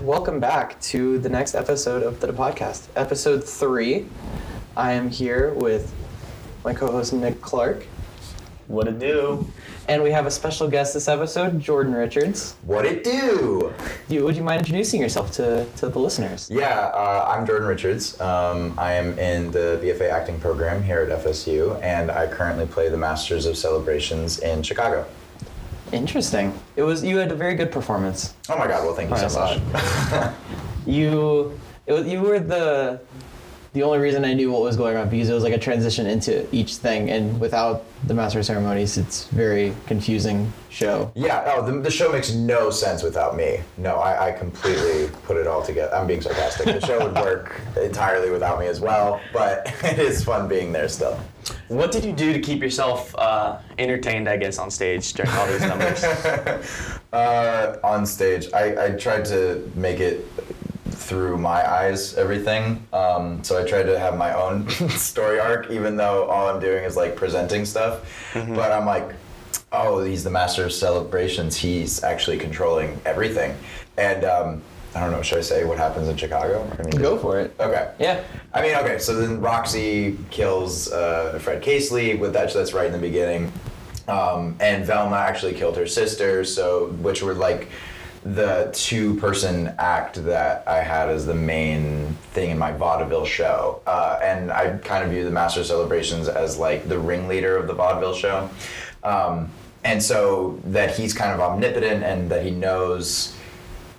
Welcome back to the next episode of the podcast, episode three. I am here with my co-host Nick Clark, What it do? and we have a special guest this episode, Jordan Richards. What it do? You, would you mind introducing yourself to, to the listeners? Yeah, uh, I'm Jordan Richards. Um, I am in the BFA acting program here at FSU, and I currently play the Masters of Celebrations in Chicago. Interesting. It was you had a very good performance. Oh my God! Well, thank you Alright, so much. You it, was- you were the the only reason I knew what was going on because it was like a transition into each thing, and without the master of ceremonies, it's very confusing show. yeah. Oh, the, the show makes no sense without me. No, I, I completely put it all together. I'm being sarcastic. The show would work entirely without me as well, but it is fun being there still. What did you do to keep yourself uh, entertained, I guess, on stage during all these numbers? Uh, on stage, I, I tried to make it through my eyes everything. Um, so I tried to have my own story arc, even though all I'm doing is like presenting stuff. But I'm like, oh, he's the master of celebrations. He's actually controlling everything. And um, I don't know. Should I say what happens in Chicago? I mean, Go for it. Okay. Yeah. I mean, okay, so then Roxy kills uh, Fred Casely with that. That's right in the beginning, um, and Velma actually killed her sister. So, which were like the two-person act that I had as the main thing in my vaudeville show, uh, and I kind of view the Master Celebrations as like the ringleader of the vaudeville show, um, and so that he's kind of omnipotent and that he knows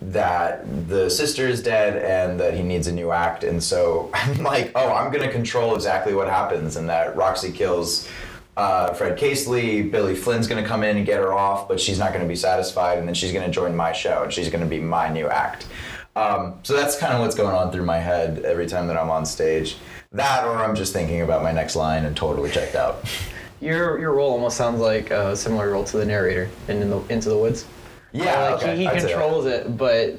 that the sister is dead and that he needs a new act. And so I'm like, oh, I'm going to control exactly what happens and that Roxy kills uh, Fred Casely. Billy Flynn's going to come in and get her off, but she's not going to be satisfied. And then she's going to join my show and she's going to be my new act. Um, so that's kind of what's going on through my head every time that I'm on stage. That or I'm just thinking about my next line and totally checked out. Your your role almost sounds like a similar role to the narrator in, in the Into the Woods. Yeah, like okay, he, he I'd say that. controls it, but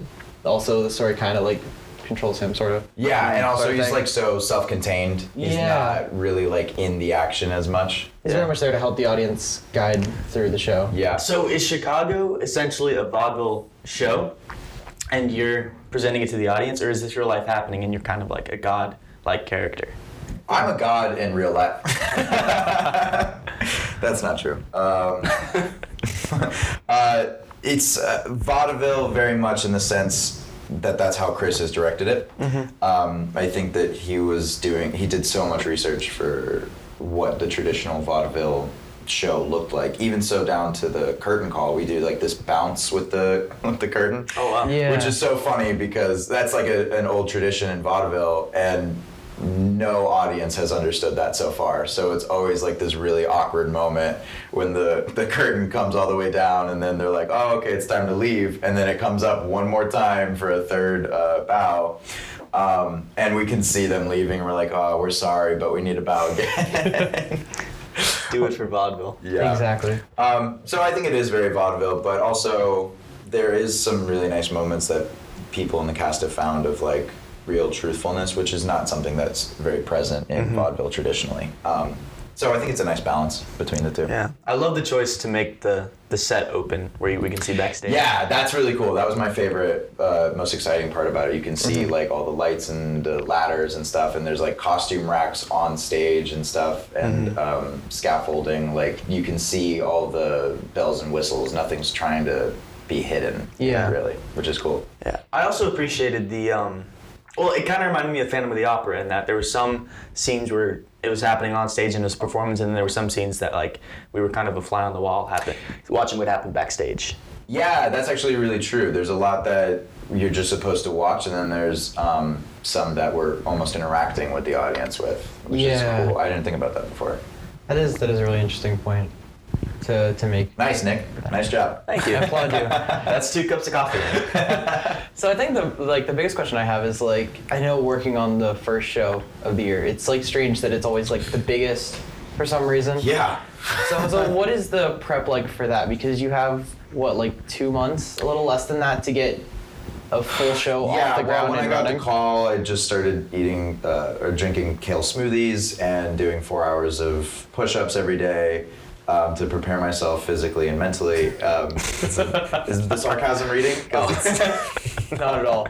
also the story kind of like controls him, sort of. Yeah, and also Sort of he's thing. like so self-contained. He's Yeah. not really like in the action as much. he's very much there to help the audience guide through the show. Yeah. so, is Chicago essentially a vaudeville show and you're presenting it to the audience, or is this real life happening and you're kind of like a god like character? I'm a god in real life. That's not true. Um, uh, it's uh, vaudeville very much in the sense that that's how Chris has directed it. Um, I think that he was doing, he did so much research for what the traditional vaudeville show looked like. Even so, down to the curtain call, we do like this bounce with the with the curtain. Oh, wow. Yeah. Which is so funny because that's like a, an old tradition in vaudeville, and no audience has understood that so far. So it's always like this really awkward moment when the, the curtain comes all the way down, and then they're like, oh, okay, it's time to leave. And then it comes up one more time for a third uh, bow. Um, and we can see them leaving, and we're like, oh, we're sorry, but we need a bow again. Do it for vaudeville. yeah. Exactly. Um, so I think it is very vaudeville, but also there is some really nice moments that people in the cast have found of like real truthfulness, which is not something that's very present in vaudeville traditionally. Um, so I think it's a nice balance between the two. Yeah. I love the choice to make the, the set open where you, we can see backstage. Yeah, that's really cool. That was my favorite, uh, most exciting part about it. You can see like all the lights and the ladders and stuff, and there's like costume racks on stage and stuff, and um, scaffolding. Like you can see all the bells and whistles. Nothing's trying to be hidden. Yeah. really, which is cool. Yeah. I also appreciated the um well, it kind of reminded me of Phantom of the Opera in that there were some scenes where it was happening on stage and it was a performance, and then there were some scenes that like we were kind of a fly on the wall, happen watching what happened backstage. Yeah, that's actually really true. There's a lot that you're just supposed to watch, and then there's um, some that we're almost interacting with the audience with, which Yeah. is cool. I didn't think about that before. That is that is a really interesting point to to make. Nice, Nick. Nice job. Thank I you. applaud you. That's two cups of coffee. So I think the like the biggest question I have is like I know working on the first show of the year, it's like strange that it's always like the biggest for some reason. Yeah. So, so what is the prep like for that? Because you have what, like two months, a little less than that, to get a full show off the well, ground when and I got running. the call, I just started eating uh, or drinking kale smoothies and doing four hours of push-ups every day um, to prepare Oh. myself physically and mentally. Um, is, is the sarcasm reading? 'Cause it's- Not at all.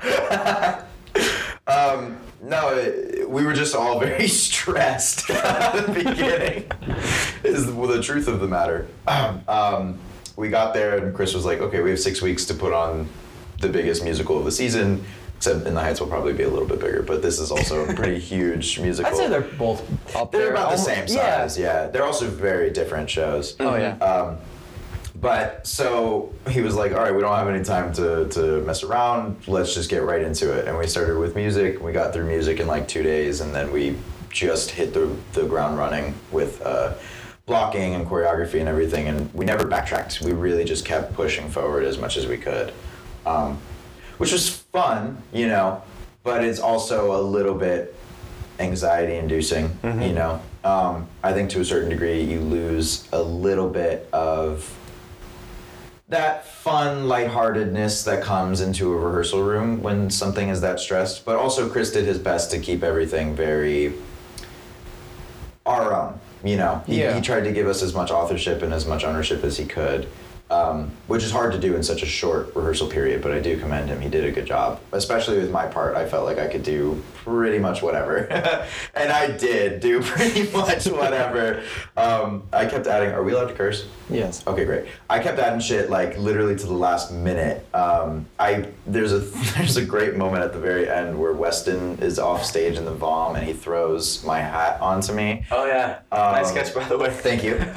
Um, no, it- we were just all very stressed at the beginning, is the, the truth of the matter. Um, we got there, and Chris was like, okay, we have six weeks to put on the biggest musical of the season. Except in the Heights will probably be a little bit bigger, but this is also a pretty huge musical. I'd say they're both up They're there. about the Almo- same yeah. size, Mm-hmm. yeah. Uh, They're also very different shows. Oh yeah. Um, But so he was like, all right, we don't have any time to, to mess around. Let's just get right into it. And we started with music. We got through music in like two days, and then we just hit the, the ground running with uh, blocking and choreography and everything. And we never backtracked. We really just kept pushing forward as much as we could, um, which was fun, you know, but it's also a little bit anxiety inducing, you know. Um, I think to a certain degree, you lose a little bit of that fun lightheartedness that comes into a rehearsal room when something is that stressed. But also, Chris did his best to keep everything very our own. You know, he, Yeah. he tried to give us as much authorship and as much ownership as he could, um, which is hard to do in such a short rehearsal period. But I do commend him; he did a good job, especially with my part. I felt like I could do pretty much whatever, and I did do pretty much whatever. um, I kept adding, "Are we allowed to curse?" yes. Okay, great. I kept adding shit like literally to the last minute. Um, I there's a there's a great moment at the very end where Weston is off stage in the vom and he throws my hat onto me. Oh yeah. nice sketch by the way. Thank you.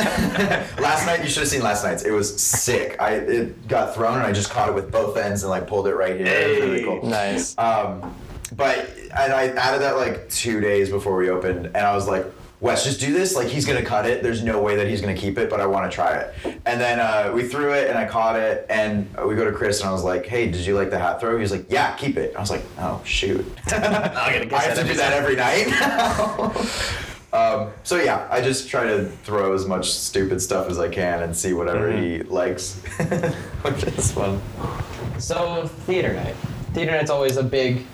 last night you should have seen last night's. It was sick. I it got thrown and I just caught it with both ends and like pulled it right here. It was really Hey. cool. Nice. Um, but and I added that like two days before we opened, and I was like, Wes, just do this. Like he's gonna cut it. There's no way that he's gonna keep it, but I want to try it. And then uh, we threw it, and I caught it, and we go to Chris, and I was like, Hey, did you like the hat throw? He's like, Yeah, keep it. I was like, Oh shoot, I'll get a I kiss have out to of do this. that every night. Um, so yeah, I just try to throw as much stupid stuff as I can and see whatever he likes, which is fun. So theater night. Theater night's always a big,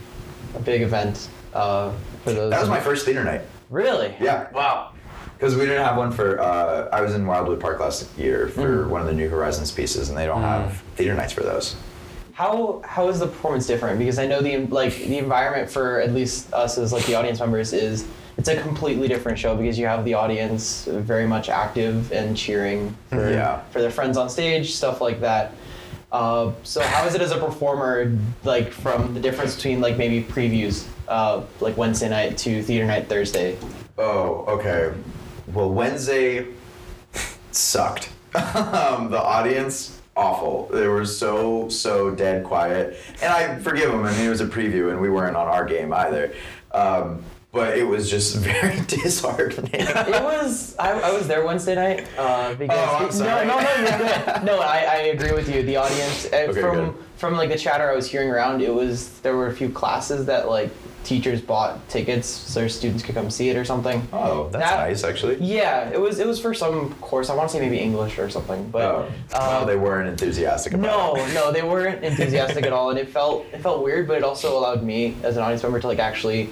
a big event uh, for those. That was my first theater night. Really? Yeah, Wow. Because we didn't have one for. Uh, I was in Wildwood Park last year Mm. for one of the New Horizons pieces, and they don't have theater nights for those. How how is the performance different? Because I know the like the environment for at least us as like the audience members is it's a completely different show because you have the audience very much active and cheering for Yeah. for their friends on stage, stuff like that. Uh, so how is it as a performer, like from the difference between like maybe previews, uh, like Wednesday night to theater night Thursday? Oh, okay. Well, Wednesday sucked. um, the audience awful. They were so so dead quiet, and I forgive them. I mean, it was a preview, and we weren't on our game either. Um, but it was just very disheartening. It was. I, I was there Wednesday night. Uh, because Oh, I'm sorry. No, no, no, you're good. No, I, I agree with you. The audience uh, Okay, from good. from like the chatter I was hearing around, it was there were a few classes that like teachers bought tickets so their students could come see it or something. oh, that's That- nice, actually. Yeah, it was it was for some course. I want to say maybe English or something, but. Oh, well, uh, they weren't enthusiastic about it. no, no, they weren't enthusiastic at all, and it felt it felt weird, but it also allowed me as an audience member to like actually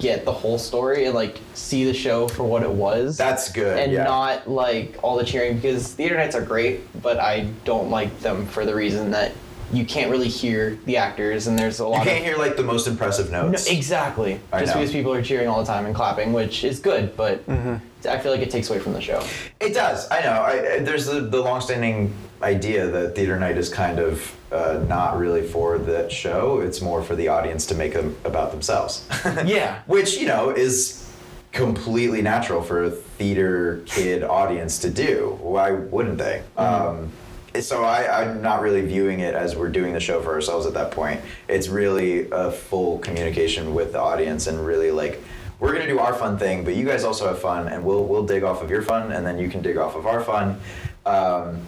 get the whole story and like see the show for what it was That's good. and yeah. not like all the cheering because theater nights are great, but I don't like them for the reason that you can't really hear the actors and there's a You lot can't of hear like the most impressive no, notes. exactly I just know. because people are cheering all the time and clapping, which is good, but Mm-hmm. I feel like it takes away from the show. It does. I know. I, I- there's the, the longstanding idea that theater night is kind of uh, not really for that show. It's more for the audience to make them about themselves. Yeah. Which you know is completely natural for a theater kid audience to do. Why wouldn't they? Um, so I, I'm not really viewing it as we're doing the show for ourselves at that point. It's really a full communication with the audience and really like we're gonna do our fun thing, but you guys also have fun, and we'll we'll dig off of your fun, and then you can dig off of our fun. Um,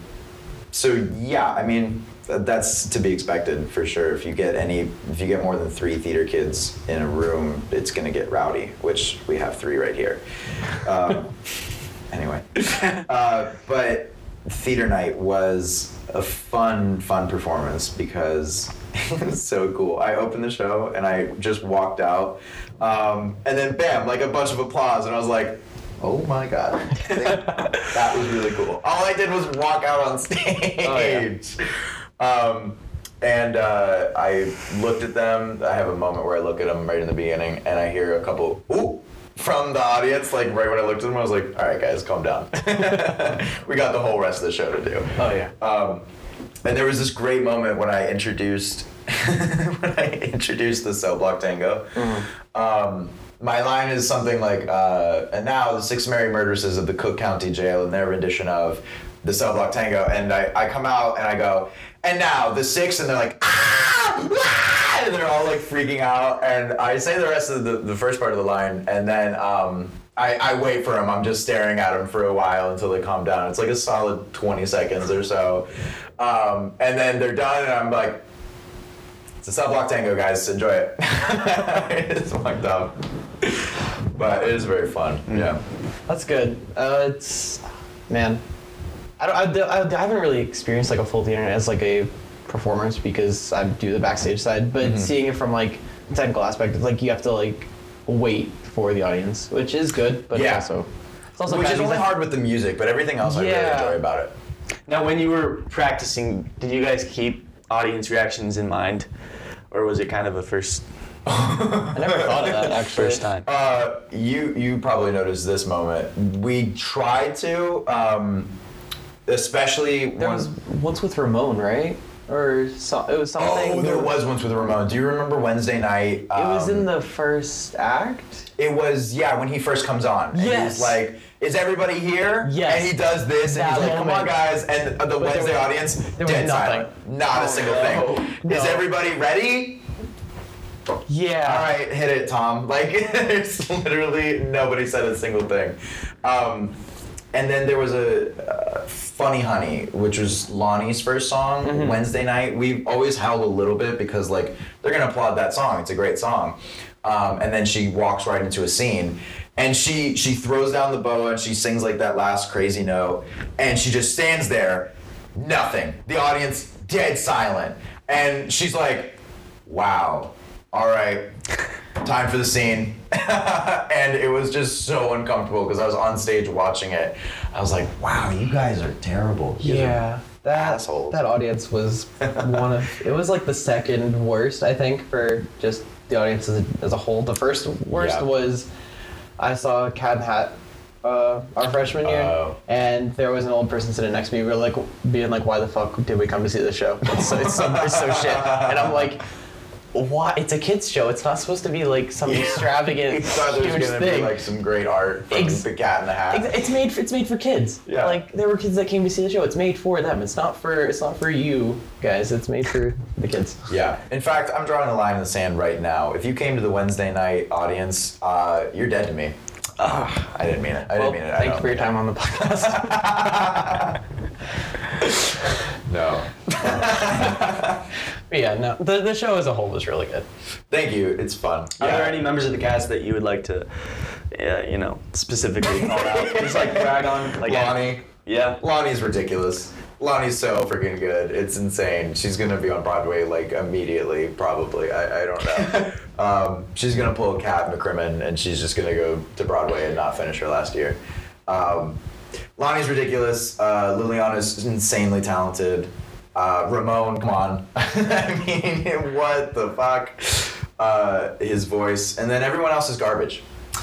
so yeah, I mean th- that's to be expected for sure. If you get any, if you get more than three theater kids in a room, it's gonna get rowdy. Which we have three right here. Um, anyway, uh, but theater night was a fun, fun performance because it was so cool. I opened the show and I just walked out, um, and then bam, like a bunch of applause, and I was like. Oh my god. that was really cool. All I did was walk out on stage. Um, And uh, I looked at them. I have a moment where I look at them right in the beginning, and I hear a couple ooh from the audience. Like right when I looked at them, I was like, "All right, guys, calm down. we got the whole rest of the show to do." Oh yeah. Um, and there was this great moment when I introduced when I introduced the cell block tango. Um, my line is something like, uh, "And now the six merry murderesses of the Cook County Jail in their rendition of the cell block tango." And I, I come out and I go, "And now the six, and they're like, "Ah!" ah!" And they're all like freaking out, and I say the rest of the, the first part of the line, and then um, I, I wait for him. I'm just staring at him for a while until they calm down. It's like a solid 20 seconds or so. Um, and then they're done, and I'm like, it's a sub block tango, guys. Enjoy it. it's fucked up. But it is very fun. Yeah. That's good. Uh, it's man, I, don't, I, d- I d- I haven't really experienced like a full theater as like a performance because I do the backstage side, but Mm-hmm. seeing it from like the technical aspect, it's like you have to like wait for the audience, which is good, but Yeah. it's also it's also Which bad is because only I- hard with the music, but everything else I really Yeah. enjoy about it. Now, when you were practicing, did you guys keep audience reactions in mind, or was it kind of a first I never thought of that actually. first time? Uh, you you probably noticed this moment. We tried to, um, especially There when- was once with Ramon, right? Or so, it was something. Oh, there was once with Ramon. Do you remember Wednesday night? um, It was in the first act. It was yeah when he first comes on. And Yes. He's like, is everybody here? Yes. And he does this, and That he's like, come on moment. guys, and the Wednesday was- audience there was nothing. dead silent, not a single no. thing. No. Is everybody ready? Yeah. All right, hit it, Tom. Like, there's literally nobody said a single thing. Um, and then there was a uh, Funny Honey, which was Lonnie's first song, Wednesday night. We've always held a little bit because, like, they're going to applaud that song. It's a great song. Um, and then she walks right into a scene. And she, she throws down the bow and she sings like that last crazy note. And she just stands there, nothing. The audience dead silent. And she's like, wow, all right, time for the scene. and it was just so uncomfortable because I was on stage watching it. I was like, wow, you guys are terrible. You guys are- Yeah, that assholes. that audience was one of it was like the second worst I think for just the audience as a, as a whole. The first worst Yeah. was I saw Cab Hat uh, our freshman year, Oh. and there was an old person sitting next to me, we were like being like, "Why the fuck did we come to see this show? It's so it's so, it's so shit," and I'm like. Why? It's a kids' show. It's not supposed to be like some We extravagant, thought there was huge gonna thing. be like some great art from Ex- the Cat in the Hat. Ex- It's made for, it's made for kids. Yeah. Like there were kids that came to see the show. It's made for them. It's not for it's not for you guys. It's made for the kids. Yeah. In fact, I'm drawing a line in the sand right now. If you came to the Wednesday night audience, uh, you're dead to me. I didn't mean it. I Well, didn't mean it. I thank you don't for your mean time on the podcast. it. No. but yeah, no, the, the show as a whole was really good. Thank you. It's fun. Are Yeah. there any members of the cast that you would like to, uh, you know, specifically call out? Just like brag on, like Lonnie? Yeah. Lonnie's ridiculous. Lonnie's so freaking good. It's insane. She's gonna be on Broadway like immediately, probably. I, I don't know. um, she's gonna pull Cat McCrimmon and she's just gonna go to Broadway and not finish her last year. Um, Lonnie's ridiculous. Uh, Liliana's insanely talented. Uh, Ramon, come on. I mean, what the fuck? Uh, his voice. And then everyone else is garbage.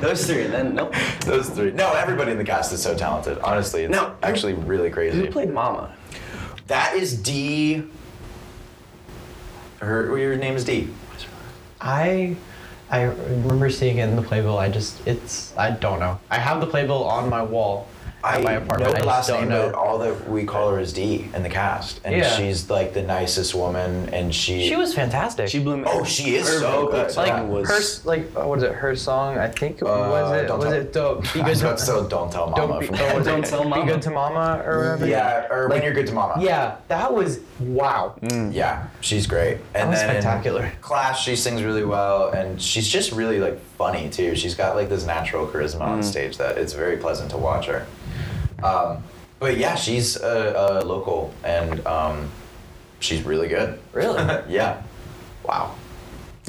Those three, and then nope. Those three. No, everybody in the cast is so talented. Honestly, it's No. actually really crazy. Who played Mama? That is D. Her, your name is D. I I remember seeing it in the playbill. I just it's I don't know. I have the playbill on my wall at my apartment. know I the just last don't name, know. but all that we call her is D in the cast, and Yeah. she's like the nicest woman, and she. she was fantastic. She blew me. Oh, she is her so vocal good. tone like yeah, was. her s- like uh, what is it? Her song? I think was it Uh, don't was tell- it dope? Be I good was to, about to say, don't tell mama. don't be, from- oh, Don't okay. Tell Be Mama. good to mama or whatever. yeah, or when Like- you're good to mama. Yeah, that was wow. Yeah, she's great. And Mm. was then in spectacular. class, she sings really well, and she's just really like funny too. She's got like this natural charisma Mm. on stage that it's very pleasant to watch her. Um, but yeah, she's a, a local, and um, she's really good. Really? yeah. Wow.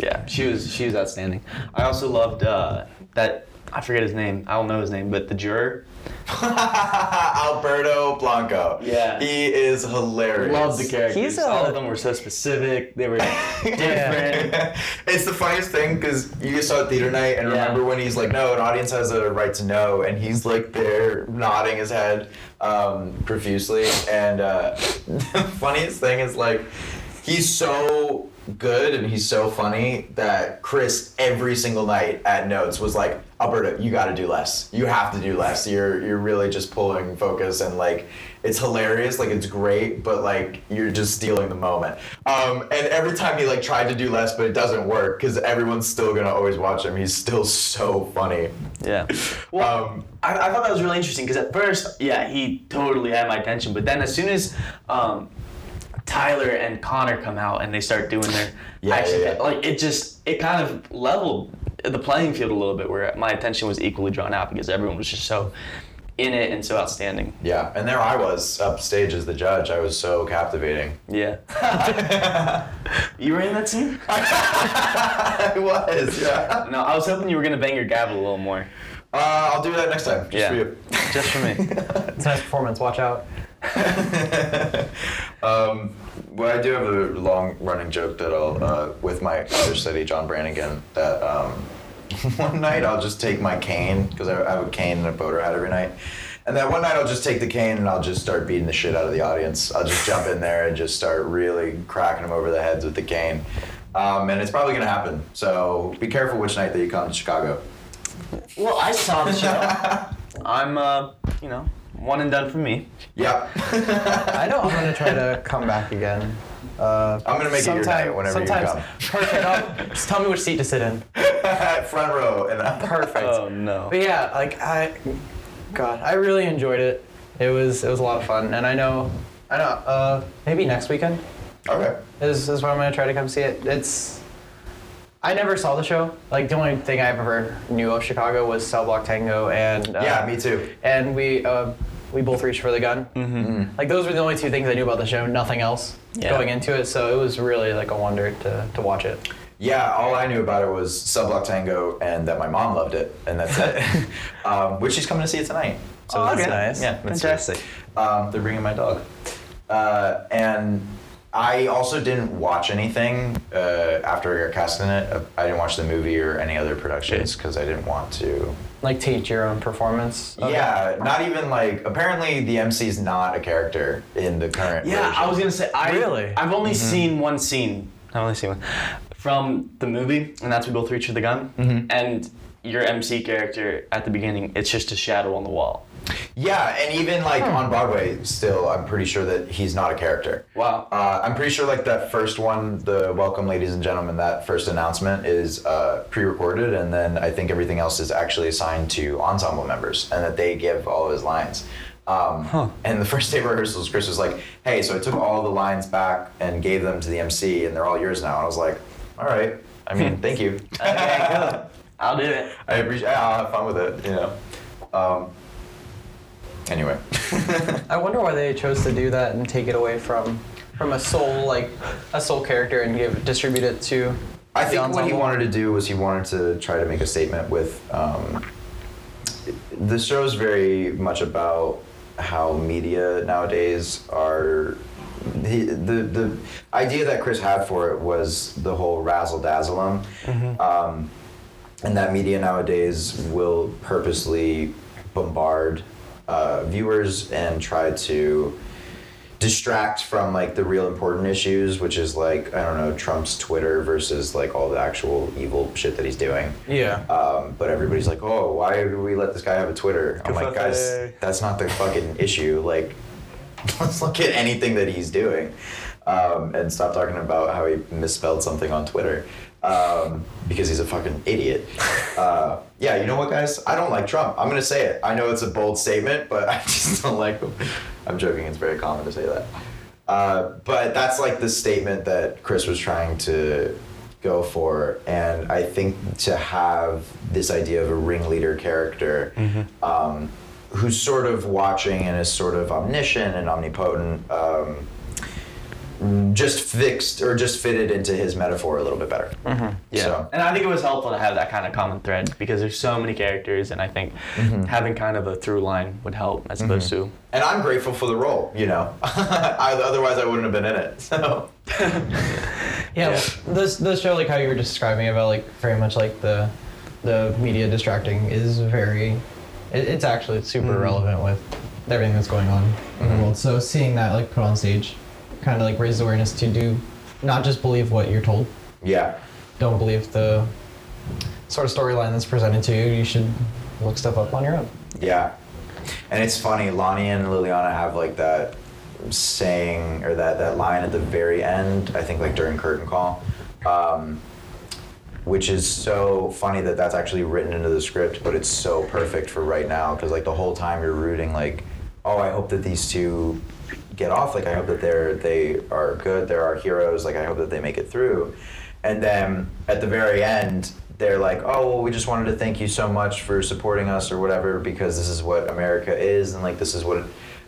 Yeah, she was she was outstanding. I also loved uh, that I forget his name. I don't know his name, but the juror. Alberto Blanco. Yeah. He is hilarious. Love the character. He's all of them were so specific. They were different. it's the funniest thing because you just saw it theater night and Yeah. remember when he's like, no, an audience has a right to know, and he's like there nodding his head um, profusely. And uh, the funniest thing is like, he's so good and he's so funny that Chris every single night at notes was like, Alberto, you got to do less. You have to do less. You're you're really just pulling focus and like it's hilarious, like it's great, but like you're just stealing the moment. Um, and every time he like tried to do less, but it doesn't work because everyone's still gonna always watch him. He's still so funny. yeah. Well, Um, I, I thought that was really interesting because at first, yeah, he totally had my attention, but then as soon as um, Tyler and Connor come out and they start doing their Yeah, action, yeah, yeah. like it just it kind of leveled the playing field a little bit where my attention was equally drawn out because everyone was just so in it and so outstanding. yeah, and there I was upstage as the judge. I was so captivating. Yeah. you were in that scene? I was, yeah. No, I was hoping you were gonna bang your gavel a little more. Uh, I'll do that next time. Just Yeah. for you. Just for me. It's a nice performance. Watch out. um, well, I do have a long running joke that I'll, uh, with my other study, John Brannigan, that um, one night I'll just take my cane, because I, I have a cane and a boater hat every night. And that one night I'll just take the cane and I'll just start beating the shit out of the audience. I'll just jump in there and just start really cracking them over the heads with the cane. Um, and it's probably going to happen. So be careful which night that you come to Chicago. Well, I saw the show. I'm, uh, you know, one and done for me. Yep. I know I'm gonna try to come back again. Uh, I'm gonna make it your sometime- night whenever you sometimes, come. Perfect. I'll- just tell me which seat to sit in. Front row. And Perfect. Oh no. But yeah, like I, God, I really enjoyed it. It was it was a lot of fun, and I know, I know. Uh, maybe next weekend Okay. is is when I'm gonna try to come see it. It's. I never saw the show. Like the only thing I ever knew of Chicago was Cell Block Tango and uh, Yeah, me too. and we uh, we both reached for the gun. Mm-hmm. Like those were the only two things I knew about the show. Nothing else Yeah. going into it, so it was really like a wonder to, to watch it. Yeah, all I knew about it was Subblock Tango and that my mom loved it, and that's it. um, which she's coming to see it tonight. So Oh, that's okay. nice. Yeah, that's fantastic. sweet. Um, they're bringing my dog. Uh, and I also didn't watch anything uh, after I got cast in it. Uh, I didn't watch the movie or any other productions because I didn't want to. Like teach your own performance. of it. Yeah, not even like. Apparently, the MC's not a character in the current. Yeah, I version. was gonna say. I, Really? I've only seen one scene. Mm-hmm. I've only seen one from the movie, and that's we both reach for the gun. And your MC character at the beginning, it's just a shadow on the wall. Yeah, and even like on Broadway, still, I'm pretty sure that he's not a character. Wow. Uh, I'm pretty sure like that first one, the welcome, ladies and gentlemen, that first announcement is uh, pre-recorded, and then I think everything else is actually assigned to ensemble members, and that they give all of his lines. Um, And the first day of rehearsals, Chris was like, "Hey, so I took all the lines back and gave them to the MC, and they're all yours now." And I was like, "All right, I mean, thank you. "Oh, I'll do it. I appreciate. I'll have fun with it, you know." Um, anyway. I wonder why they chose to do that and take it away from from a soul like a soul character and give distribute it to. I the think what he ensemble. wanted to do was he wanted to try to make a statement with. Um, the show's very much about how media nowadays are. He, the the idea that Chris had for it was the whole razzle dazzleum, um, and that media nowadays will purposely bombard uh, viewers and try to distract from like the real important issues, which is like I don't know Trump's Twitter versus like all the actual evil shit that he's doing. Yeah. Um, but everybody's like, oh, why do we let this guy have a Twitter? I'm like, guys, Kaffe. that's not the fucking issue. Like, let's look at anything that he's doing, um, and stop talking about how he misspelled something on Twitter. Um, because he's a fucking idiot. Uh, yeah, you know what, guys? I don't like Trump. I'm gonna say it. I know it's a bold statement, but I just don't like him. I'm joking. It's very common to say that. Uh, but that's like the statement that Chris was trying to go for, and I think to have this idea of a ringleader character um, who's sort of watching and is sort of omniscient and omnipotent. Um, just fixed or just fitted into his metaphor a little bit better. Yeah. So- And I think it was helpful to have that kind of common thread because there's so many characters, and I think having kind of a through line would help as opposed to. And I'm grateful for the role, you know. I, otherwise, I wouldn't have been in it. So Yeah, Yeah. well, those those show like how you were just describing about like very much like the the media distracting is very it, it's actually super relevant with everything that's going on in the world. So seeing that like put on stage kind of like raises awareness to do not just believe what you're told. yeah, Don't believe the sort of storyline that's presented to you. You should look stuff up on your own. yeah. And it's funny, Lonnie and Liliana have like that saying or that that line at the very end. I think like during curtain call. Um, which is so funny that that's actually written into the script, but it's so perfect for right now because like the whole time you're rooting like, oh, I hope that these two get off. Like I hope that they're they are good. They're our heroes. Like I hope that they make it through. And then at the very end, they're like, oh, well, we just wanted to thank you so much for supporting us or whatever because this is what America is and like this is what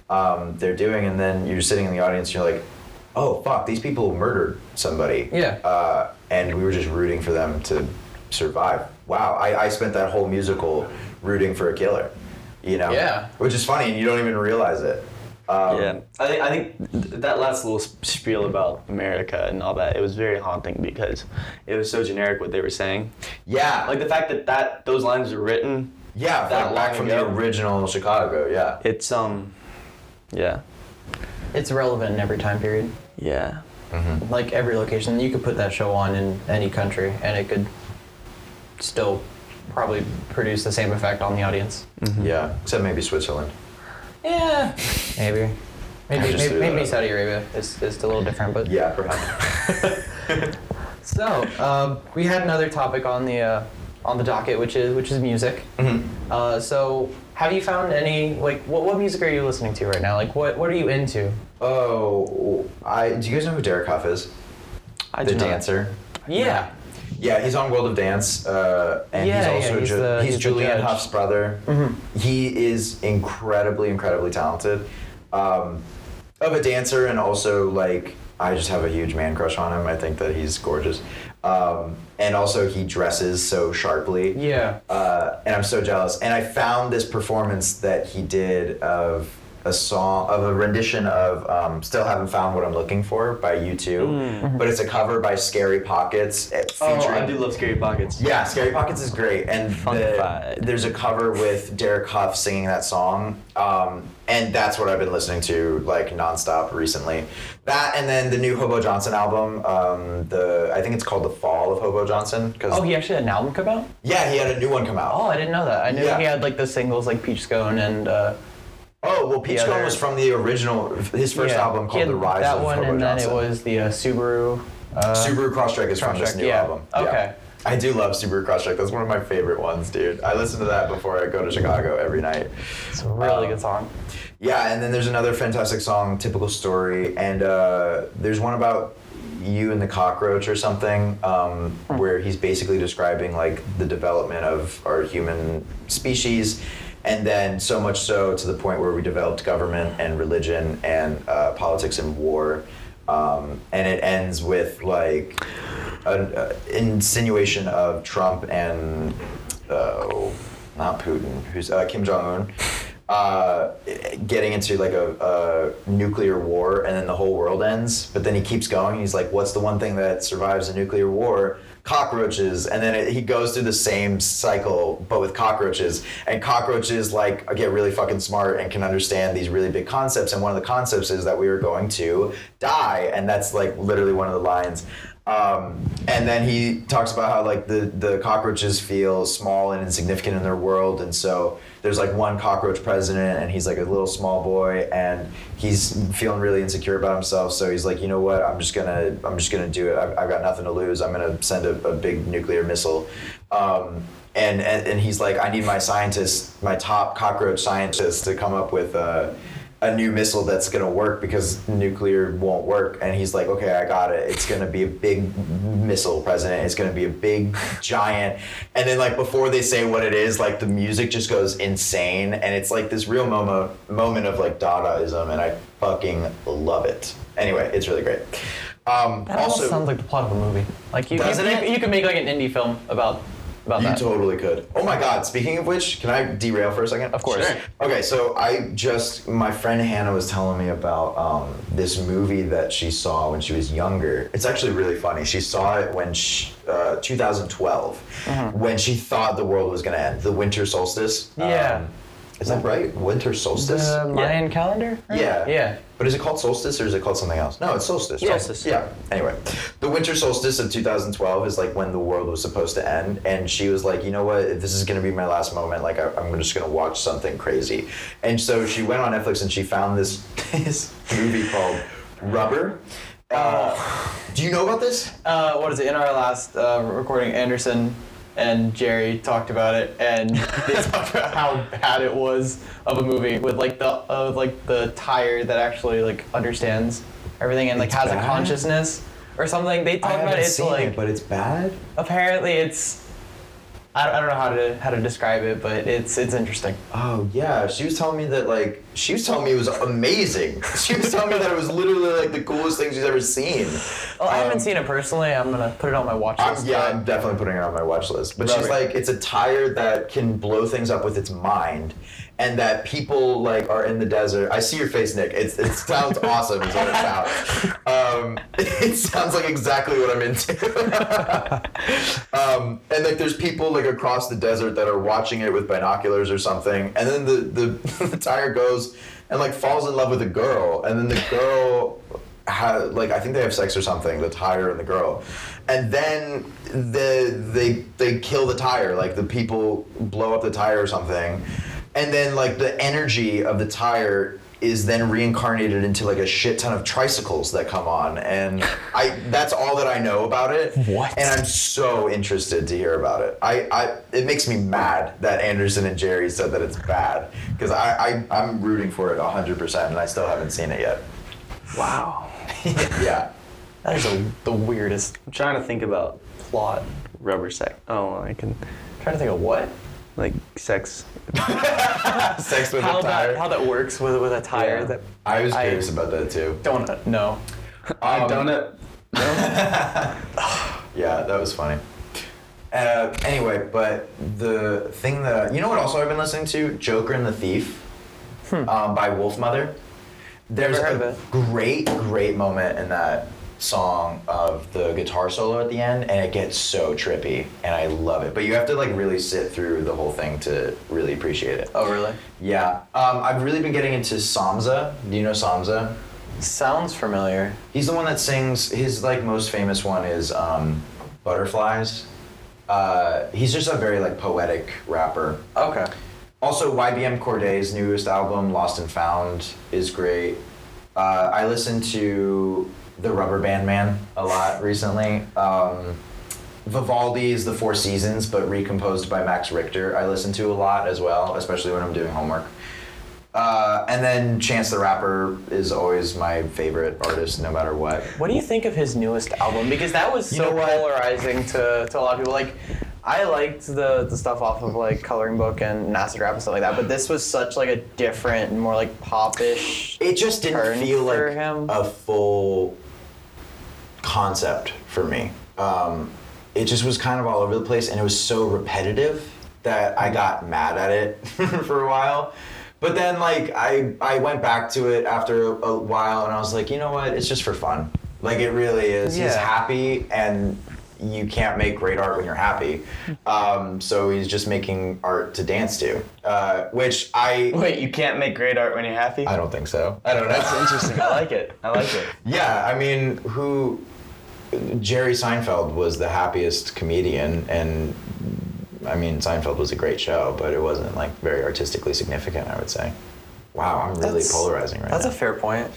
um, they're doing. And then you're sitting in the audience, and you're like. Oh fuck! These people murdered somebody. Yeah. Uh, and we were just rooting for them to survive. Wow, I, I spent that whole musical rooting for a killer, you know? Yeah. Which is funny, and you don't even realize it. Um, yeah, I think I think th- that last little sp- spiel about America and all that it was very haunting because it was so generic what they were saying. Yeah, Like the fact that that those lines were written, yeah, that like back long from ago. the original Chicago, yeah. it's um, yeah, It's relevant in every time period. yeah, Mm-hmm. Like every location, you could put that show on in any country, and it could still probably produce the same effect on the audience. Mm-hmm. Yeah, except maybe Switzerland. Yeah, maybe. I Maybe, just maybe, threw that maybe out. Saudi Arabia is, is a little different, but Yeah, perhaps. So um, we had another topic on the uh, on the docket, which is which is music. Mm-hmm. Uh, so have you found any like what, what music are you listening to right now? Like what what are you into? oh, I, do you guys know who Derek Huff is? I the do not. dancer. Yeah. Yeah, he's on World of Dance, uh, and Yeah, he's yeah, also he's Ju- the- he's, he's the Julianne judge. Mm-hmm. Huff's brother. He is incredibly, incredibly talented, um, of a dancer, and also like I just have a huge man crush on him. I think that he's gorgeous, um, and also he dresses so sharply Yeah. uh, and I'm so jealous. And I found this performance that he did of a song of a rendition of um, "Still Haven't Found What I'm Looking For" by U2, Mm. but it's a cover by Scary Pockets eh, featuring. Oh, I do love Scary Pockets. yeah, Scary Pockets is great, and the, Funkified. there's a cover with Derek Huff singing that song, um, and that's what I've been listening to like nonstop recently. That and then the new Hobo Johnson album, um, the I think it's called "The Fall of Hobo Johnson" because Oh, he actually had an album come out. yeah, he had a new one come out. Oh, I didn't know that. I knew Yeah. he had like the singles like Peach Scone and uh, Oh well, Peach The Scone other- was from the original, his first yeah, album he called had The Rise that of one, Hobo and Johnson. then it was the uh, Subaru. Uh, Subaru Crosstrek is from this Crosstrek, new yeah. album. Okay. I do love Subaru Crosstrek. That's one of my favorite ones, dude. I listen to that before I go to Chicago every night. it's a really um, good song. Yeah, and then there's another fantastic song, Typical Story, and uh, there's one about you and the cockroach or something, um, where he's basically describing like the development of our human species, and then so much so to the point where we developed government and religion and uh, politics and war, um, and it ends with like an uh, insinuation of Trump and uh, not Putin, who's uh, Kim Jong Un, uh, getting into like a, a nuclear war, and then the whole world ends. But then he keeps going. He's like, "What's the one thing that survives a nuclear war?" Cockroaches, and then it, he goes through the same cycle, but with cockroaches. And cockroaches like get really fucking smart and can understand these really big concepts. And one of the concepts is that we were going to die, and that's like literally one of the lines. Um, and then he talks about how like the, the cockroaches feel small and insignificant in their world, and so there's like one cockroach president, and he's like a little small boy, and he's feeling really insecure about himself. So he's like, you know what? I'm just gonna I'm just gonna do it. I've, I've got nothing to lose. I'm gonna send a, a big nuclear missile. Um, and, and and he's like, I need my scientists, my top cockroach scientists, to come up with. Uh, a new missile that's gonna work because nuclear won't work. And he's like, okay, I got it. It's gonna be a big missile, president. It's gonna be a big giant. And then like before they say what it is, like the music just goes insane, and it's like this real moment moment of like Dadaism, and I fucking love it. Anyway, it's really great. Um, That also also, sounds like the plot of a movie. Like you, Doesn't you, it? you, you could make like an indie film about about You that. totally could. Oh my God! Speaking of which, can I derail for a second? Of course. Sure. Okay, so I just my friend Hannah was telling me about um, this movie that she saw when she was younger. It's actually really funny. She saw it when she, uh, 2012, Mm-hmm. when she thought the world was gonna end, the winter solstice. Yeah. Um, is that right? Winter solstice. the Mayan calendar. right? Yeah. Yeah. But is it called solstice or is it called something else? No, it's solstice. right? Solstice. Yeah. Anyway, the winter solstice of 2012 is like when the world was supposed to end, and she was like, you know what? If this is gonna be my last moment, like I, I'm just gonna watch something crazy, and so she went on Netflix and she found this this movie called Rubber. Oh. Uh, do you know about this? uh, what is it? In our last uh, recording, Anderson and Jerry talked about it, and they talked about how bad it was of a movie with like the uh, with, like the tire that actually like understands everything and like It's has a bad? consciousness or something. They talk about it. It's like but it's bad. apparently it's. I don't, I don't know how to how to describe it, but it's it's interesting. Oh yeah, she was telling me that like she was telling me it was amazing. She was telling me that it was literally like the coolest thing she's ever seen. Well, I Um, haven't seen it personally. I'm gonna put it on my watch I'm, list. Uh, yeah, I'm definitely putting it on my watch list. But she's Rubber. like, it's a tire that can blow things up with its mind, and that people like are in the desert. I see your face, Nick. It's, it sounds awesome. Is what it sounds. Um, it sounds like exactly what I'm into. um, and like, there's people like across the desert that are watching it with binoculars or something, and then the the, the tire goes and like falls in love with a girl, and then the girl ha like I think they have sex or something. The tire and the girl, and then the they they kill the tire. Like the people blow up the tire or something, and then like the energy of the tire is then reincarnated into like a shit ton of tricycles that come on and i that's all that i know about it What? and i'm so interested to hear about it i i it makes me mad that anderson and jerry said that it's bad because I, I i'm rooting for it 100% and i still haven't seen it yet Wow, yeah. that is a, the weirdest I'm trying to think about plot. rubber sex. Oh, I can trying to think of what. like sex. Sex with how a tire. that how that works with with a tire Yeah. that I was I- curious about that too. don't know. I've done it. Yeah, that was funny. Uh, anyway, but the thing that you know what also I've been listening to Joker and the Thief um, by Wolf Mother. There's Hmm. Never heard a of it. great, great moment in that song of the guitar solo at the end, and it gets so trippy, and I love it. But you have to like really sit through the whole thing to really appreciate it. Oh really? Yeah, um, I've really been getting into Samza. Do you know Samza? Sounds familiar. He's the one that sings. His like most famous one is um, "Butterflies." Uh, he's just a very like poetic rapper. Okay. Also, YBM Corday's newest album, "Lost and Found," is great. Uh, I listened to the Rubber Band Man a lot recently. Um, Vivaldi is the Four Seasons, but recomposed by Max Richter. I listen to a lot as well, especially when I'm doing homework. Uh, and then Chance the Rapper is always my favorite artist, no matter what. What do you think of his newest album? Because that was You so know what? polarizing to, to a lot of people. Like, I liked the, the stuff off of like Coloring Book and Acid Rap and stuff like that, but this was such like a different, more like popish. It just didn't Turn feel for like him. a full concept for me. Um, it just was kind of all over the place, and it was so repetitive that I got mad at it for a while. But then, like, I I went back to it after a, a while, and I was like, you know what? It's just for fun. Like, it really is. He's Yeah. happy, and you can't make great art when you're happy. Um, so he's just making art to dance to, uh, which I Wait, you can't make great art when you're happy. I don't think so. I don't know. Interesting. I like it. I like it. Yeah, I mean, who? Jerry Seinfeld was the happiest comedian, and I mean, Seinfeld was a great show, but it wasn't like very artistically significant. I would say. wow, I'm really That's- polarizing right That's now. a fair point.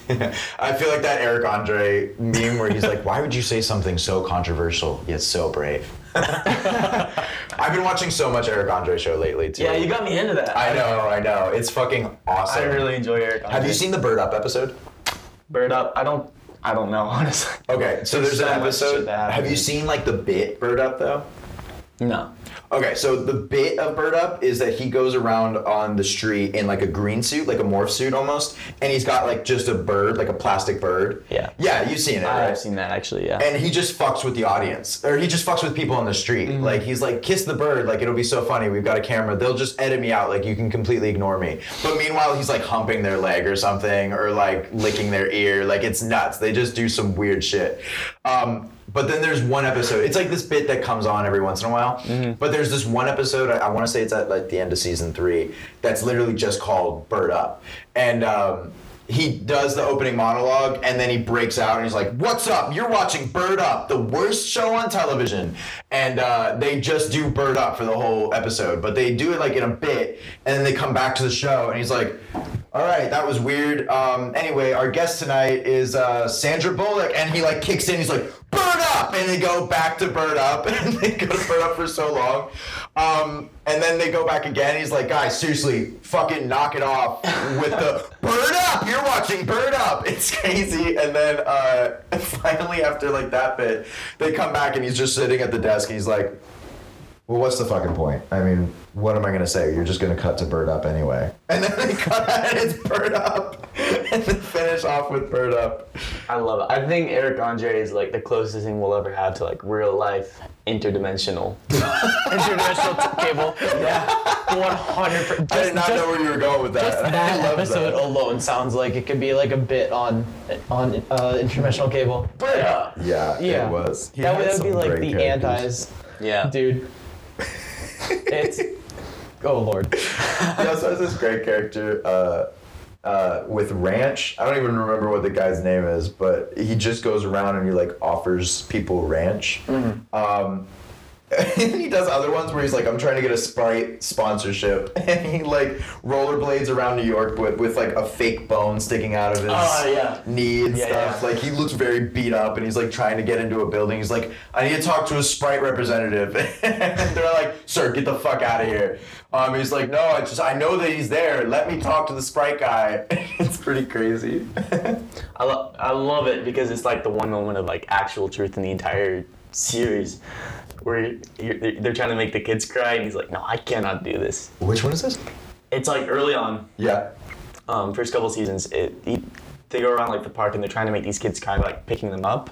I feel like that Eric Andre meme where he's like, "Why would you say something so controversial yet so brave?" I've been watching so much Eric Andre show lately too. Yeah, you got me into that. I, I know, I know. It's fucking awesome. really enjoy Eric. Have you seen the Bird Up episode? Bird Up? I don't. I don't know honestly. Okay, so there's, so an much episode. to that. Have you seen like the bit Bird Up though? No. Okay, so the bit of Bird Up is that he goes around on the street in like a green suit, like a morph suit almost, and he's got like just a bird, like a plastic bird. Yeah. Yeah, you've seen it. right? I've seen that actually. Yeah. and he just fucks with the audience or he just fucks with people on the street like he's like kiss the bird like it'll be so funny we've got a camera they'll just edit me out like you can completely ignore me but meanwhile he's like humping their leg or something or like licking their ear like it's nuts they just do some weird shit um, but then there's one episode it's like this bit that comes on every once in a while but there's this one episode i, I want to say it's at like the end of season three that's literally just called bird up and um, he does the opening monologue and then he breaks out and he's like, What's up? You're watching Bird Up, the worst show on television. And uh, they just do Bird Up for the whole episode, but they do it like in a bit and then they come back to the show and he's like, All right, that was weird. Um, anyway, our guest tonight is uh, Sandra Bullock. And he like kicks in, he's like, Bird Up! And they go back to Bird Up and they go to Bird Up for so long. Um, and then they go back again. He's like, guys, seriously, fucking knock it off with the bird up. You're watching bird up. It's crazy. And then uh, finally, after like that bit, they come back and he's just sitting at the desk. And he's like, well, what's the fucking point? I mean, what am I gonna say? You're just gonna cut to bird up anyway. And then they cut out and it's bird up, and then finish off with bird up. I love it. I think Eric Andre is like the closest thing we'll ever have to like real life interdimensional. International cable. Yeah. 100%. I did not know where you were going with that. Just I that love episode that. alone sounds like it could be like a bit on on uh, international cable. But uh, Yeah, yeah, it was. He that, had would- that would be some like great the characters. antis, Yeah. dude. it's oh lord. yeah, so there's this great character uh, uh, with ranch. I don't even remember what the guy's name is, but he just goes around and he like offers people ranch. Mm-hmm. Um, and he does other ones where he's like, I'm trying to get a Sprite sponsorship, and he like rollerblades around New York with, with like a fake bone sticking out of his Ah, Oh, yeah. knee and Yeah, stuff. yeah. Like he looks very beat up, and he's like trying to get into a building. He's like, I need to talk to a Sprite representative, and they're like, Sir, get the fuck out of here. Um, he's like, No, I just I know that he's there. Let me talk to the Sprite guy. it's pretty crazy. I, lo- I love it because it's like the one moment of like actual truth in the entire series where you're, they're- they're trying to make the kids cry and he's like no i cannot do this Which one is this? it's like early on Yeah. um, first couple seasons it, he- they go around like the park and they're trying to make these kids cry by like picking them up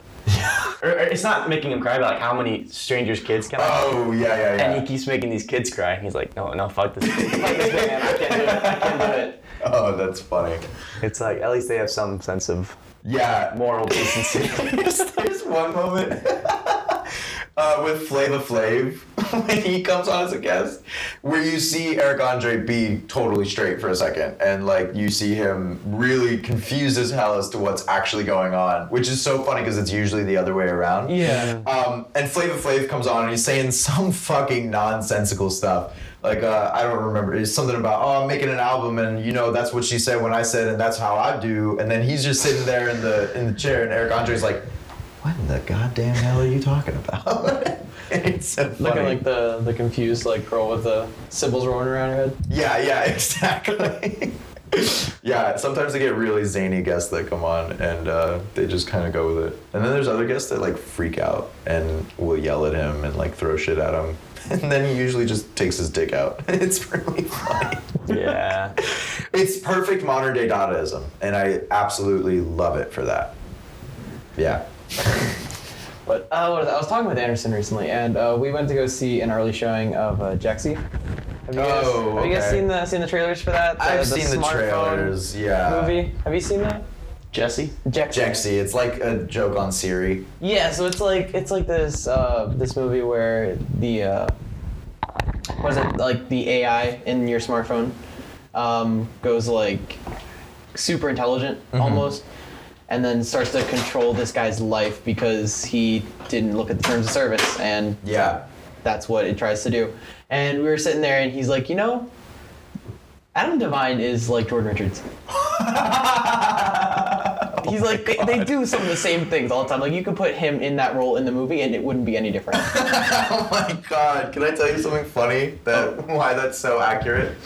or, or it's not making them cry but like how many strangers kids can i Oh yeah, yeah, yeah. and he keeps making these kids cry and he's like no no fuck this, fuck this man. i can't do it i can't do it oh, that's funny. it's like at least they have some sense of Yeah. moral decency there's, there's one moment uh, with Flava Flav when he comes on as a guest, where you see Eric Andre be totally straight for a second, and like you see him really confused as hell as to what's actually going on, which is so funny because it's usually the other way around. Yeah. Um, and Flava Flav comes on and he's saying some fucking nonsensical stuff. Like uh, I don't remember. It's something about oh I'm making an album and you know that's what she said when I said and that's how I do. And then he's just sitting there in the in the chair and Eric Andre's like, what in the goddamn hell are you talking about? it's so funny. Looking like the the confused like girl with the cymbals rolling around her head. yeah yeah exactly. yeah, sometimes they get really zany guests that come on and uh, they just kind of go with it. And then there's other guests that like freak out and will yell at him and like throw shit at him. And then he usually just takes his dick out. It's really funny. yeah It's perfect modern day Dadaism, and I absolutely love it for that. Yeah. But uh, what is that? I was talking with Anderson recently, and uh, we went to go see an early showing of uh, Jexy. Have you guys, Oh, have you guys okay. seen the seen the trailers for that? The- I've seen the smartphone trailers. Yeah. Movie. Have you seen that? jesse Jexy. Jexy. It's like a joke on Siri. Yeah, so it's like it's like this uh, this movie where the uh, was it like the AI in your smartphone um, goes like super intelligent almost, and then starts to control this guy's life because he didn't look at the terms of service, and Yeah. that's what it tries to do. And we were sitting there, and he's like, you know, Adam Devine is like Jordan Richards. He's Oh like they, they do some of the same things all the time. Like you could put him in that role in the movie and it wouldn't be any different. oh my god! Can I tell you something funny? That why that's so accurate.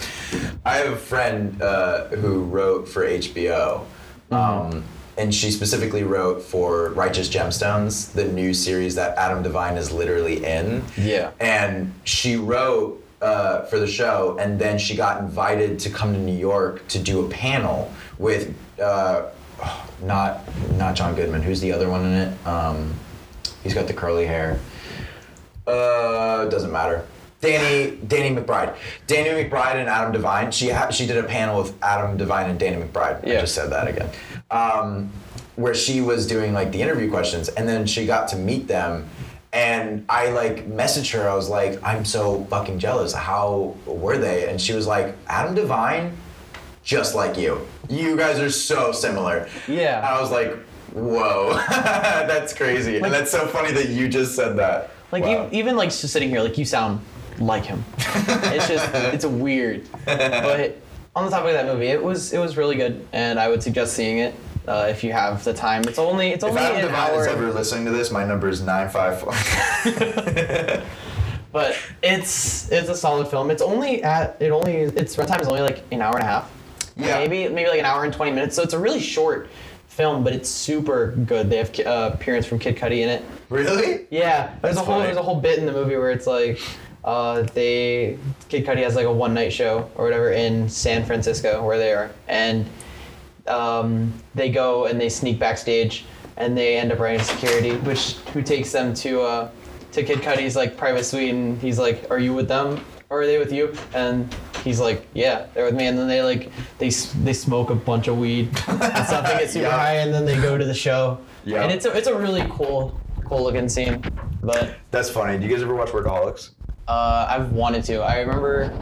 I have a friend uh, who wrote for HBO, um, and she specifically wrote for Righteous Gemstones, the new series that Adam Devine is literally in. Yeah. And she wrote uh, for the show, and then she got invited to come to New York to do a panel with. Uh, not not John Goodman. Who's the other one in it? Um, he's got the curly hair. Uh, doesn't matter. Danny, Danny McBride, Danny McBride and Adam Devine. She ha- she did a panel with Adam Devine and Danny McBride. I Yeah. just said that again. Um, where she was doing like the interview questions, and then she got to meet them, and I like messaged her. I was like, I'm so fucking jealous. How were they? And she was like, Adam Devine, just like you. You guys are so similar. Yeah. And I was like, whoa, that's crazy, and that's so funny that you just said that. Like Wow. ev- even like just sitting here, like you sound like him. it's just it's weird. But on the topic of that movie, it was it was really good, and I would suggest seeing it uh, if you have the time. It's only it's If only Adam an Devine hour, is ever listening to this, my number is 954. but it's it's a solid film. It's only at it only its runtime is only like an hour and a half. Yeah. maybe maybe like an hour and twenty minutes. So it's a really short film, but it's super good. They have ki- uh, appearance from Kid Cudi in it. really? Yeah, there's That's a whole funny. there's a whole bit in the movie where it's like, uh, they Kid Cudi has like a one night show or whatever in San Francisco where they are, and um, they go and they sneak backstage and they end up running security, which who takes them to uh, to Kid Cudi's like private suite and he's like, "Are you with them? Or are they with you?" And he's like, "Yeah, they're with me." And then they like they s- they smoke a bunch of weed and stuff. They get super Yeah. high and then they go to the show. Yeah. And it's a it's a really cool cool looking scene, but That's funny. Do you guys ever watch Workaholics? uh, I've wanted to. I remember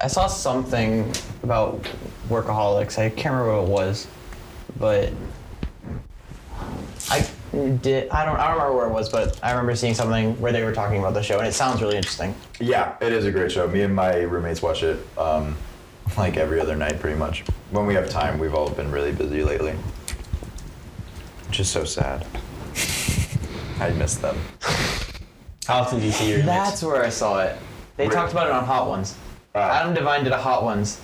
I saw something about workaholics. I can't remember what it was, but I did. I don't. I don't remember where it was, but I remember seeing something where they were talking about the show, and it sounds really interesting. Yeah, it is a great show. Me and my roommates watch it um, like every other night, pretty much. When we have time, we've all been really busy lately, which is so sad. I miss them. How often do you see your That's where I saw it. They Really? talked about it on Hot Ones. Ah. Adam Devine did a Hot Ones,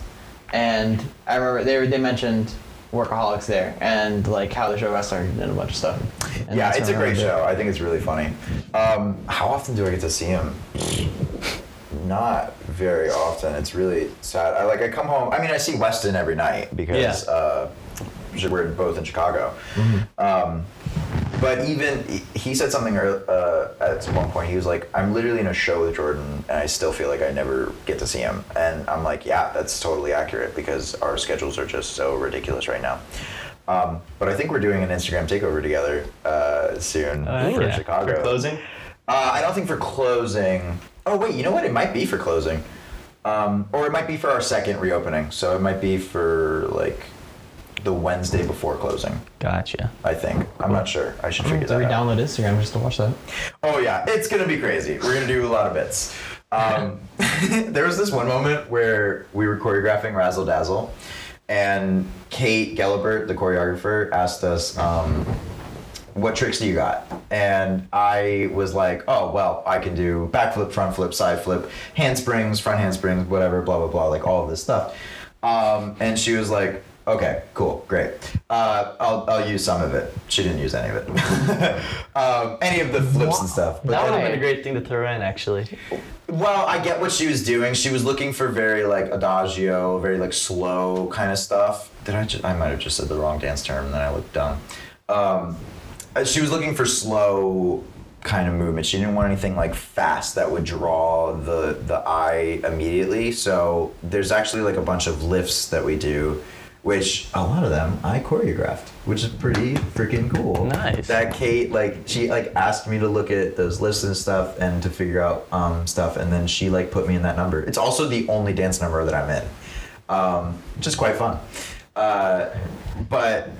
and I remember they were- they mentioned workaholics there and like how the show got started and a bunch of stuff. And yeah, that's it's a when I great remembered show. I think it's really funny. Um, how often do I get to see him? Not very often. It's really sad. I like. I come home. I mean, I see Weston every night because Yeah. Mm-hmm. uh, we're both in Chicago. Um, but even he said something ear- uh, at one point. He was like, "I'm literally in a show with Jordan, and I still feel like I never get to see him." And I'm like, "Yeah, that's totally accurate because our schedules are just so ridiculous right now." Um, but I think we're doing an Instagram takeover together uh, soon Oh, for yeah. Chicago. For closing? Uh, I don't think for closing. Oh wait, you know what? It might be for closing, um, or it might be for our second reopening. So it might be for like the Wednesday before closing. Gotcha. I think. I'm not sure. I should figure it. So we that out. download Instagram just to watch that. Oh yeah, it's gonna be crazy. We're gonna do a lot of bits. Um, there was this one moment where we were choreographing Razzle Dazzle, and Kate Gellibert, the choreographer, asked us, um, "What tricks do you got?" And I was like, "Oh well, I can do backflip, front flip, side flip, handsprings, front handsprings, whatever, blah blah blah, like all of this stuff." Um, and she was like, "Okay, cool, great. Uh, I'll I'll use some of it." She didn't use any of it, um, any of the flips and stuff. But That would have Why? been a great thing to throw in, actually. well, I get what she was doing. She was looking for very like adagio, very like slow kind of stuff. Did I? Just, I might have just said the wrong dance term, and then I looked dumb. Um, uh, she was looking for slow kind of movement. She didn't want anything like fast that would draw the the eye immediately. So there's actually like a bunch of lifts that we do, which a lot of them I choreographed, which is pretty freaking cool. Nice. That that Kate like she like asked me to look at those lists and stuff and to figure out um, stuff and then she like put me in that number. It's also the only dance number that I'm in, um, which is quite fun. Uh, but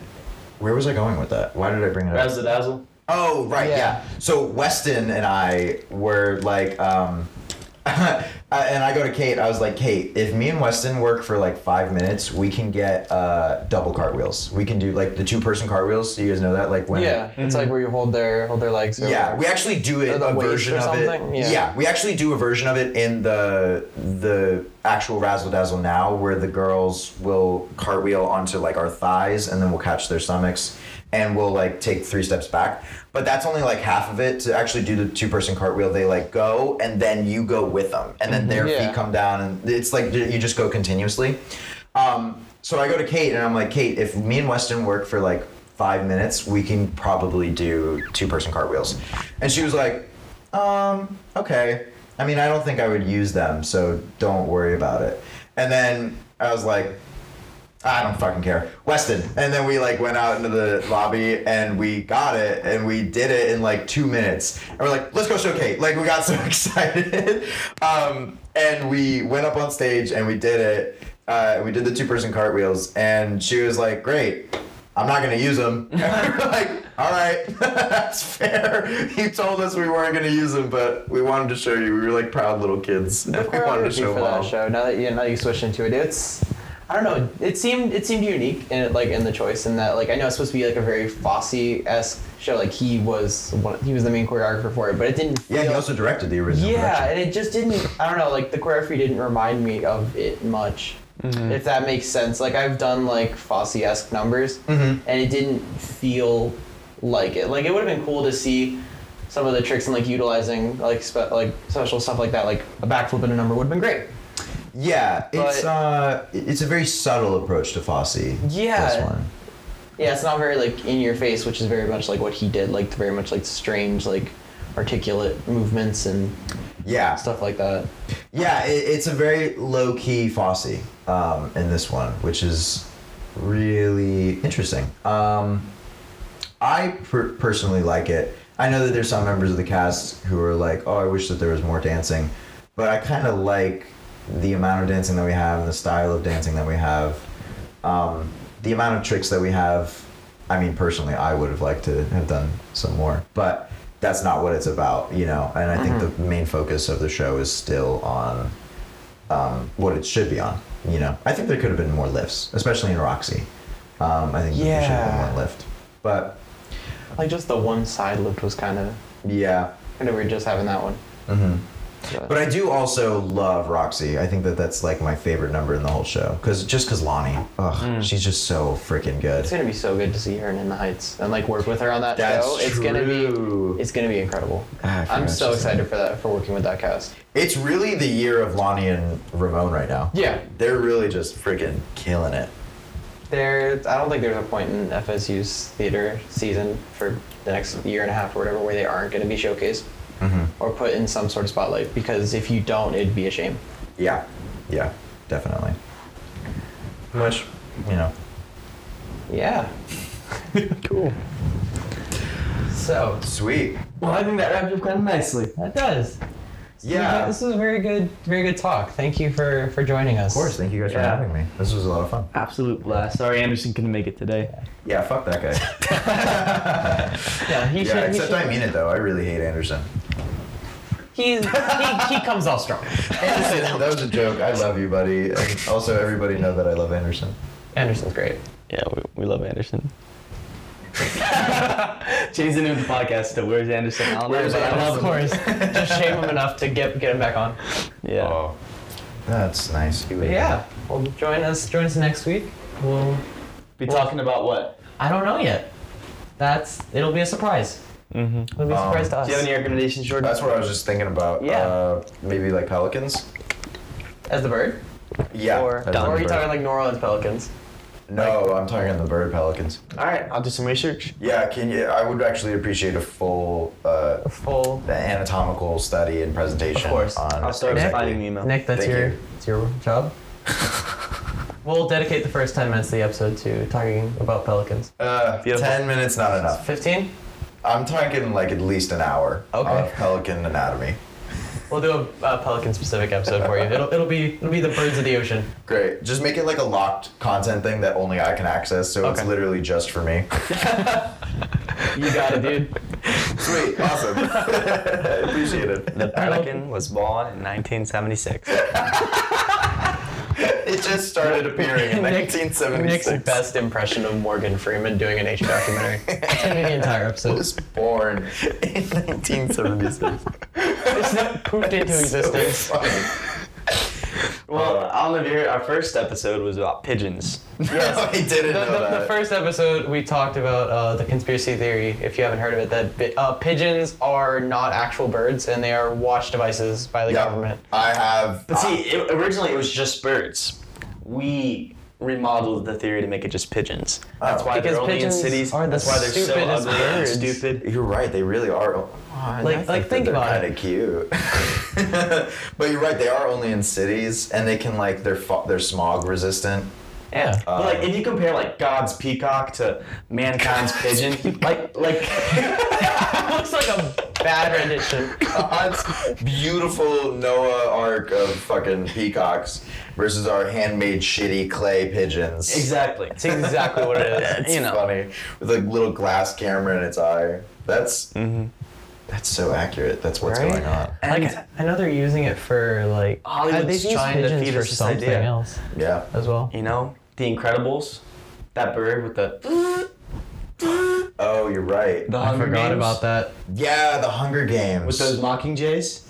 where was I going with that? Why did I bring it up? Razzle dazzle. Oh right, yeah. Yeah. So Weston and I were like, um, I- and I go to Kate. I was like, Kate, if me and Weston work for like five minutes, we can get uh, double cartwheels. We can do like the two-person cartwheels. Do you guys know that? Like when? Yeah, it's Mm-hmm. like where you hold their hold their legs. or Yeah, whatever. we actually do it, Or the a weights version or of something? it. Yeah. we actually do a version of it in the the actual Razzle Dazzle now, where the girls will cartwheel onto like our thighs, and then we'll catch their stomachs, and we'll like take three steps back. But that's only like half of it. To actually do the two person cartwheel, they like go, and then you go with them, and then their Yeah. feet come down, and it's like you just go continuously. Um, so I go to Kate and I'm like, Kate, if me and Weston work for like five minutes, we can probably do two person cartwheels. And she was like, um, okay. I mean, I don't think I would use them, so don't worry about it. And then I was like, I don't fucking care. Weston. And then we like went out into the lobby and we got it and we did it in like two minutes. And we're like, let's go show Kate. Like we got so excited. um, and we went up on stage and we did it. Uh, we did the two person cartwheels and she was like, great. I'm not gonna use them. And we we're like, all right, that's fair. You told us we weren't gonna use them, but we wanted to show you. We were like proud little kids, and we wanted to Thank you show for that mom. show. Now that you now you switched into it, it's I don't know. It seemed it seemed unique in it, like in the choice in that like I know it's supposed to be like a very Fosse esque show. Like he was one, he was the main choreographer for it, but it didn't. Yeah, he feel- also directed the original. yeah, production. and it just didn't. I don't know. Like the choreography didn't remind me of it much. If that makes sense. Like I've done like Fosse esque numbers, and it didn't feel like it. Like it would have been cool to see some of the tricks and like utilizing like spe- like special stuff like that. Like a backflip in a number would have been great. Yeah, it's But- uh, it's a very subtle approach to Fosse. Yeah. this one. Yeah, it's not very like in your face, which is very much like what he did. Like very much like strange like articulate movements and Yeah, stuff like that. yeah, it, it's a very low key Fosse um, in this one, which is really interesting. Um, I per- personally like it. I know that there's some members of the cast who are like, "Oh, I wish that there was more dancing," but I kind of like the amount of dancing that we have and the style of dancing that we have. Um, the amount of tricks that we have. I mean, personally, I would have liked to have done some more, but that's not what it's about, you know. And I think the main focus of the show is still on um, what it should be on. You know, I think there could have been more lifts, especially in Roxy. Um, I think that there should have Yeah. been more lift, but. Like just the one side lift was kind of Yeah. kind of weird just having that one. Mm-hmm. But I do also love Roxy. I think that that's like my favorite number in the whole show. Cause just cause Lonnie, ugh, she's just so freaking Mm. good. it's gonna be so good to see her in In the Heights and like work with her on that That's show. It's gonna true. be it's gonna be incredible. Ah, I I'm forgot so she's in excited for that for working with that cast. It's really the year of Lonnie and Ramon right now. Yeah. They're really just freaking killing it. There, I don't think there's a point in FSU's theater season for the next year and a half or whatever where they aren't going to be showcased or put in some sort of spotlight because if you don't, it'd be a shame. Yeah. Yeah. Definitely. Which, you know. Yeah. Cool. So, Sweet. well, I think that wraps up kind of nicely. That does. Yeah. This was very good, very good talk. Thank you for for joining us. Of course, thank you guys Yeah. for having me. This was a lot of fun. Absolute blast. Sorry, Anderson couldn't make it today. Yeah, fuck that guy. Yeah. He yeah, should, he except should- I mean it though. I really hate Anderson. He's, he, he comes all strong. Anderson, that was a joke. I love you, buddy. And also, everybody know that I love Anderson. Anderson's great. Yeah, we, we love Anderson. Change the name of the podcast to Where's Anderson? I don't know, Where's but I Anderson? love Of him. course, just shame him enough to get get him back on. Yeah. Oh. That's nice. But yeah, well, join us join us next week. We'll Be talking about what? I don't know yet. That's it'll be a surprise. Mm-hmm. It'll be a Um, surprise to us. Do you have any recommendations, Jordan? That's what I was just thinking about. Yeah. Uh, maybe like pelicans. As the bird, Yeah. Or- that's or are the you bird. talking like New Orleans Pelicans? No, I'm talking the bird pelicans. All right, I'll do some research. Yeah, can you? I would actually appreciate a full uh, Full. anatomical study and presentation. Of course. On I'll start Nick? finding an email. Nick, that's Thank your you. that's your job. we'll dedicate the first ten minutes of the episode to talking about pelicans. Uh, Beautiful. Ten minutes, not enough. Fifteen. I'm talking like at least an hour Okay. on pelican anatomy. We'll do a, a pelican specific episode for you. It'll it'll be it'll be the birds of the ocean. Great. Just make it like a locked content thing that only I can access, so it's Okay. literally just for me. You got it, dude. Sweet, awesome. Appreciate it. The Pelican was born in 1976. It just started appearing in Nick's- 1976. Nick's best impression of Morgan Freeman doing an H documentary. It's gonna be the entire episode. was born in 1976. It's not pooped into existence. So funny. Well, I don't know if you heard, our first episode was about pigeons. Yes, I didn't The, know the, that. the first episode we talked about uh, the conspiracy theory. If you haven't heard of it, that bi- uh, pigeons are not actual birds and they are watch devices by the Yeah, government. I have. But see, it, originally it was just birds. We remodeled the theory to make it just pigeons. That's Oh. why Because they're only in pigeons cities. are the That's why they're so stupidest ugly and birds. stupid. You're right. They really are. Oh, I Like- like, think about kind it. of cute. but you're right. They are only in cities, and they can like they're fo- they're smog resistant. Yeah. But like, if you compare like God's peacock to mankind's pigeon, like like looks like a bad rendition. God's beautiful Noah ark of fucking peacocks versus our handmade shitty clay pigeons. exactly. It's exactly what it is. That's you know. funny with a little glass camera in its eye. That's Mm-hmm. that's so accurate. That's what's Right? going on. And Like, I know they're using it for like Hollywood's they've used trying to pigeons feed for us this something idea. else Yeah. as well. you know, The Incredibles, that bird with the Oh, you're right. the I Hunger forgot Games, about that. Yeah, the Hunger Games. with those mocking jays.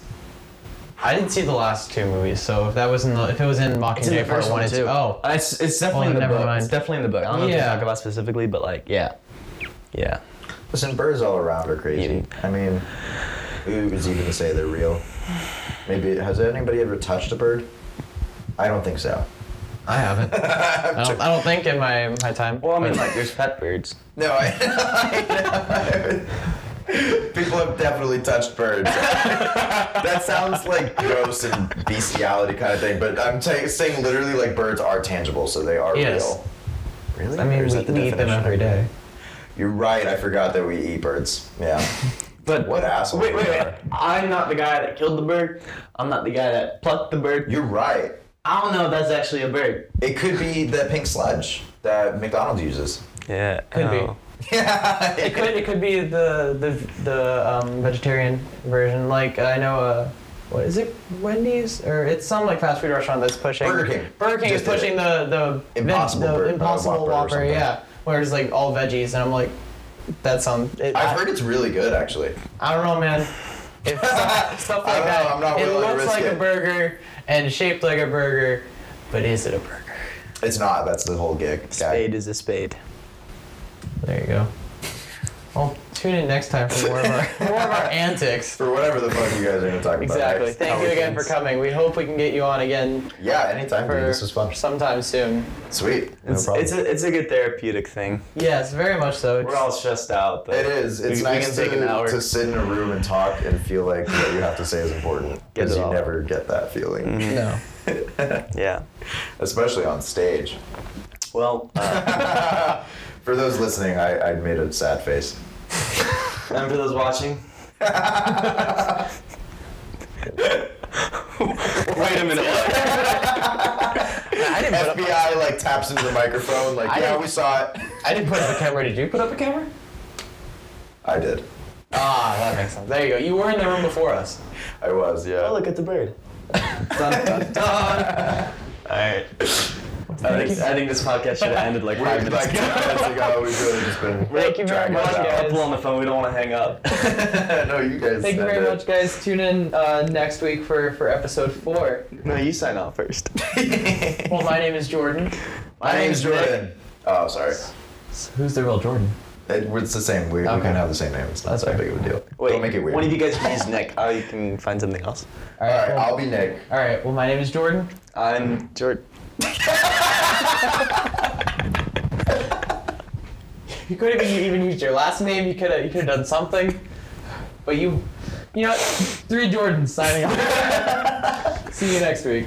I didn't see the last two movies, so if that was in the if it was in Mockingjay It's in the Part first One, one it's too. Uh, oh it's, it's definitely Oh, in the never book. mind. It's definitely in the book. I don't know if Yeah. they talk about specifically, but like, yeah, yeah. Listen, birds all around are crazy. I mean, who is even to say they're real? Maybe has anybody ever touched a bird? I don't think so. I haven't. I don't, I don't think in my my time. Well, I mean, like, there's pet birds. No, I. People have definitely touched birds. that sounds like gross and bestiality kind of thing, but I'm ta- saying literally like birds are tangible, so they are Yes. real. Really? I mean, Or is we, that the we eat them definition? every day. You're right. I forgot that we eat birds. Yeah. But What asshole Wait, wait, we wait. are. I'm not the guy that killed the bird. I'm not the guy that plucked the bird. You're right. I don't know if that's actually a bird. It could be that pink sludge that McDonald's uses. Yeah, Could be. Yeah. It could it could be the the the um, vegetarian version. Like I know uh, what is it? Wendy's or it's some like fast food restaurant that's pushing Burger King. Burger King is Just did pushing the the veg- Impossible the Bur- uh, impossible Whopper or Whopper. something. yeah, where it's like all veggies, and I'm like, that's some. It, I, I've heard it's really good, actually. I don't know, man. If stuff, stuff I like don't know, that, I'm not it willing to looks risk like a it. burger and shaped like a burger, but is it a burger? It's not. That's the whole gig. Spade is a spade. There you go. Well, tune in next time for more of our, more of our antics. For whatever the fuck you guys are gonna talk about. Exactly. next. Thank you again for coming. We hope we can get you on again Yeah. Anytime. for dude. This was fun. sometime soon. Sweet. No It's, problem. it's a it's a good therapeutic thing. Yes, very much so. We're all stressed out. But It is. It's we, nice we can take to, an hour. to sit in a room and talk and feel like what you have to say is important Get because it you all. Mm. never get that feeling, no. Yeah. especially on stage. Well, uh, For those listening, I, I made a sad face. and for those watching. Wait a minute. I didn't put up. FBI like taps into the microphone like, yeah, we saw it. I didn't put up a camera. Did you put up a camera? I did. Ah, that makes sense. There you go. You were in the room before us. I was. Yeah. Oh, look at the bird. Dun, dun, dun. All right. I think, I think this podcast should have ended like five We're minutes like ago. two minutes ago, we've really just been. Thank you very dragging much, it out. guys. Couple on the phone. We don't want to hang up. no, you guys. Thank you said very it. much, guys. Tune in uh, next week for, for episode four. no, you sign off first. Well, my name is Jordan. My name's Jordan. Oh, sorry. Who's the real Jordan? It, it's the same. We, we Okay. can have the same name. It's not That's that right. big of a deal. Wait, Don't make it weird. One of you guys can use Nick. I can find something else. All All right. right, well, I'll be Nick. all right. Well, my name is Jordan. I'm Jordan. You could have even used your last name. You could have you could have done something, but you, you know, what? three Jordans signing off. See you next week.